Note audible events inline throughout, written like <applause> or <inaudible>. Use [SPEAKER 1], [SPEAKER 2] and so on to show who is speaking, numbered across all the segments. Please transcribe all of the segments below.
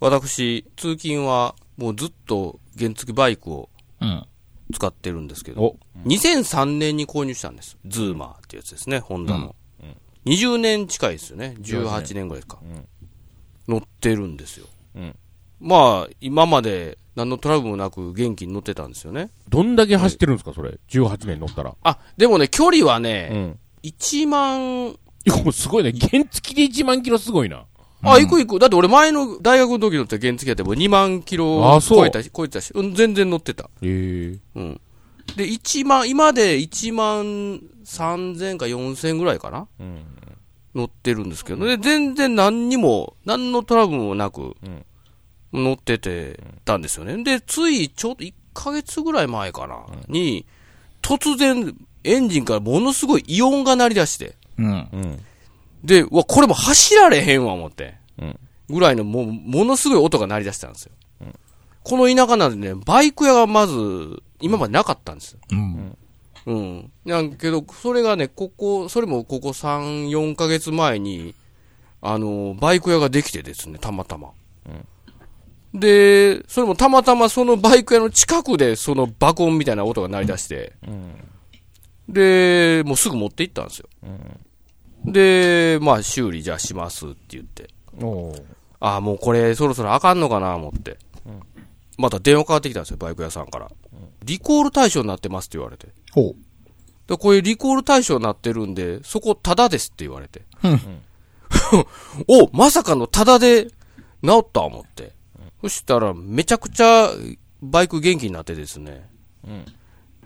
[SPEAKER 1] 私、通勤はもうずっと原付バイクを
[SPEAKER 2] うん。
[SPEAKER 1] 使ってるんですけど、
[SPEAKER 2] お、
[SPEAKER 1] 2003年に購入したんです。ズーマーってやつですね、ホンダの。20年近いですよね。18年ぐらいですか。
[SPEAKER 3] うん
[SPEAKER 1] 乗ってるんですよ。
[SPEAKER 3] うん
[SPEAKER 1] まあ、今まで何のトラブルもなく元気に乗ってたんですよね。
[SPEAKER 3] どんだけ走ってるんですか、それ。18年乗ったら。
[SPEAKER 1] あ、でもね、距離はね、
[SPEAKER 3] ん。
[SPEAKER 1] 1万、
[SPEAKER 3] いや、もうすごいね。原付で1万キロすごいな。
[SPEAKER 1] あ、行く行く。だって俺前の大学の時乗って原付やってもう2万キロ
[SPEAKER 3] あそう
[SPEAKER 1] 超えたし、超えてたし、うん、全然乗ってた。
[SPEAKER 3] ええ。
[SPEAKER 1] うん。で、1万、今で1万3000か4000ぐらいかな
[SPEAKER 3] うん。
[SPEAKER 1] 乗ってるんですけど、で、全然何にも、何のトラブルもなく
[SPEAKER 3] うん、
[SPEAKER 1] 乗っててたんですよね。で、ついちょっと1ヶ月ぐらい前かな、に、突然、エンジンからものすごい異音が鳴り出して、
[SPEAKER 2] うん。
[SPEAKER 3] うん。
[SPEAKER 1] で、うわ、これもう走られへんわ、思って。
[SPEAKER 3] うん
[SPEAKER 1] ぐらいの、もう、ものすごい音が鳴り出したんですよ。この田舎なんでね、バイク屋がまず、今までなかったんですよ。
[SPEAKER 2] うん。
[SPEAKER 1] うん。なんけど、それがね、ここ、それもここ3、4ヶ月前に、あの、バイク屋ができてですね、たまたま。で、それもたまたまそのバイク屋の近くで、その爆音みたいな音が鳴り出して、で、もうすぐ持って行ったんですよ。で、まあ、修理じゃあしますって言って、
[SPEAKER 3] おー
[SPEAKER 1] ああ、もうこれそろそろあかんのかな思って、また電話かかってきたんですよ、バイク屋さんから。リコール対象になってますって言われて。
[SPEAKER 2] ほ
[SPEAKER 1] で、これリコール対象になってるんで、そこタダですって言われて。
[SPEAKER 2] うん
[SPEAKER 1] <laughs> お、まさかのタダで治った思って。そしたら、めちゃくちゃバイク元気になってですね。
[SPEAKER 3] うん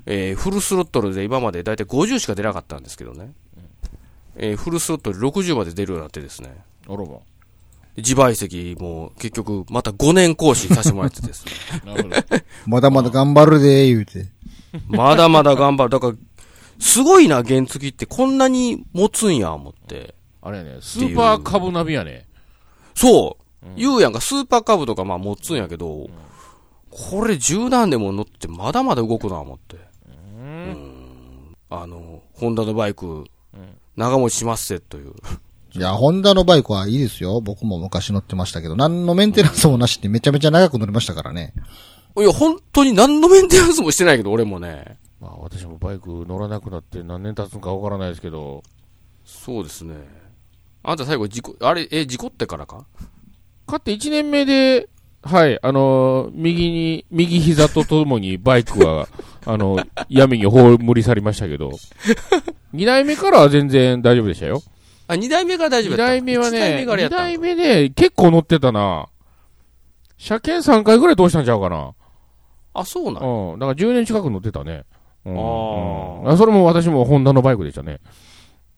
[SPEAKER 1] えーフルスロットルで今までだいたい50しか出なかったんですけどね。えーフルスロットル60まで出るようになってですね。
[SPEAKER 3] あらば。
[SPEAKER 1] 自賠責も結局また5年更新させてもらってですね。
[SPEAKER 3] な <laughs> るほど。
[SPEAKER 4] まだまだ頑張るで、言うて。
[SPEAKER 1] まだまだ頑張る。だから、すごいな、原付ってこんなに持つんや、思って。
[SPEAKER 3] あれやね、スーパーカブナビやね。
[SPEAKER 1] そう、言うやんか、スーパーカブとかまあ持つんやけど、これ十何年も乗ってまだまだ動くな、思って。うんあの、ホンダのバイク、長持ちしますせという。
[SPEAKER 4] いや、ホンダのバイクはいいですよ。僕も昔乗ってましたけど、何のメンテナンスもなしってめちゃめちゃ長く乗りましたからね。
[SPEAKER 1] いや、本当に何のメンテナンスもしてないけど、俺もね。
[SPEAKER 3] まあ私もバイク乗らなくなって何年経つのかわからないですけど、
[SPEAKER 1] そうですね。あんた最後、事故、あれ、え、事故ってからか
[SPEAKER 3] 買って1年目で、はい、あのー右に、右膝とともにバイクは、あの闇に葬り去りましたけど、2代目からは全然大丈夫でしたよ。
[SPEAKER 1] あ、二代目から大丈
[SPEAKER 3] 2
[SPEAKER 1] 夫やった
[SPEAKER 3] 代目は
[SPEAKER 1] 一代目
[SPEAKER 3] ね、
[SPEAKER 1] からや
[SPEAKER 3] 2
[SPEAKER 1] ったんか
[SPEAKER 3] 代目で結構乗ってたな。車検3回ぐらい通したんちゃうかな。
[SPEAKER 1] あ、そうなの
[SPEAKER 3] うん。だから10年近く乗ってたね。うん
[SPEAKER 1] あー
[SPEAKER 3] うんあそれも私もホンダのバイクでしたね。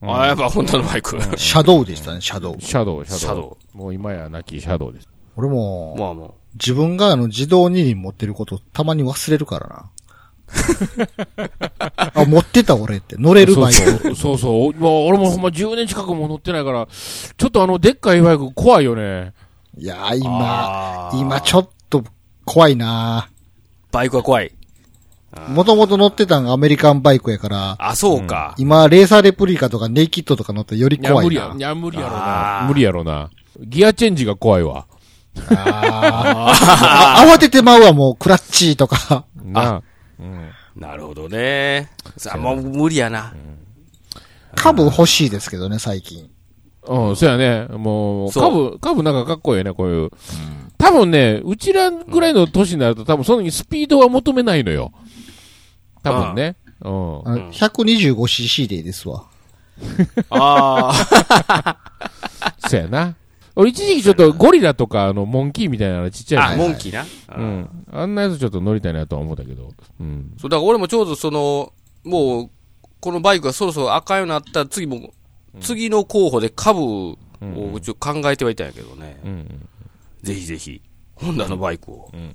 [SPEAKER 3] うん
[SPEAKER 1] あ、やっぱホンダのバイク。
[SPEAKER 4] シャドウでしたね、シャドウ。
[SPEAKER 3] シャドウ、シャドウ。
[SPEAKER 1] シャド
[SPEAKER 3] もう今や亡きシャドウです。
[SPEAKER 4] 俺
[SPEAKER 1] ウ。
[SPEAKER 4] も、
[SPEAKER 1] まあも
[SPEAKER 4] 自分があの自動二輪持ってることたまに忘れ
[SPEAKER 3] <laughs>
[SPEAKER 4] るからな。あ、持ってた俺って。乗れる
[SPEAKER 3] そ
[SPEAKER 4] バ
[SPEAKER 3] う
[SPEAKER 4] イク。
[SPEAKER 3] そう、そうそう。まあ俺もほんま10年近くも乗ってないから、ちょっとあの、でっかいバイク怖いよね。
[SPEAKER 4] いやー、今、今ちょっと怖いな
[SPEAKER 1] バイクは怖い。
[SPEAKER 4] もともと乗ってたんがアメリカンバイクやから、
[SPEAKER 1] あ、そうか。
[SPEAKER 4] 今、レーサーレプリカとかネイキッドとか乗ってより
[SPEAKER 3] いや、
[SPEAKER 4] 怖
[SPEAKER 3] 無
[SPEAKER 4] い
[SPEAKER 3] 理
[SPEAKER 4] な。
[SPEAKER 3] や、いや、無理やろ
[SPEAKER 1] あ
[SPEAKER 3] な。
[SPEAKER 1] ー
[SPEAKER 3] 無理やろな。ギアチェンジが怖いわ。
[SPEAKER 4] ああ慌ててまうわ、もう、クラッチとか。
[SPEAKER 3] なあ。
[SPEAKER 1] なるほどね。さあ、もう無理やな。
[SPEAKER 4] 株欲しいですけどね、最近。
[SPEAKER 3] うん、そうやね。もう、
[SPEAKER 1] そ
[SPEAKER 3] カ
[SPEAKER 1] う
[SPEAKER 3] ブ、カブなんかかっこいいね、こういう。多分ね、うちらぐらいの年になると、多分その時スピードは求めないのよ。多分ね。うん。
[SPEAKER 4] あの 125cc でいいですわ。
[SPEAKER 1] <laughs> あ
[SPEAKER 3] そうやな。俺一時期ちょっとゴリラとか、あの、モンキーみたいなのちっちゃい
[SPEAKER 1] あ。
[SPEAKER 3] の
[SPEAKER 1] あ、モンキーな。
[SPEAKER 3] う
[SPEAKER 1] うん
[SPEAKER 3] ん。あんなやつちょっと乗りたいなとは思ったけど。うん。
[SPEAKER 1] そう、だから俺もちょうどその、もう、このバイクがそろそろ赤いようになったら次も、次の候補で株をちょっと考えてはいたんやけどね。
[SPEAKER 3] うん。
[SPEAKER 1] ぜひぜひ、ホンダのバイクを
[SPEAKER 3] うん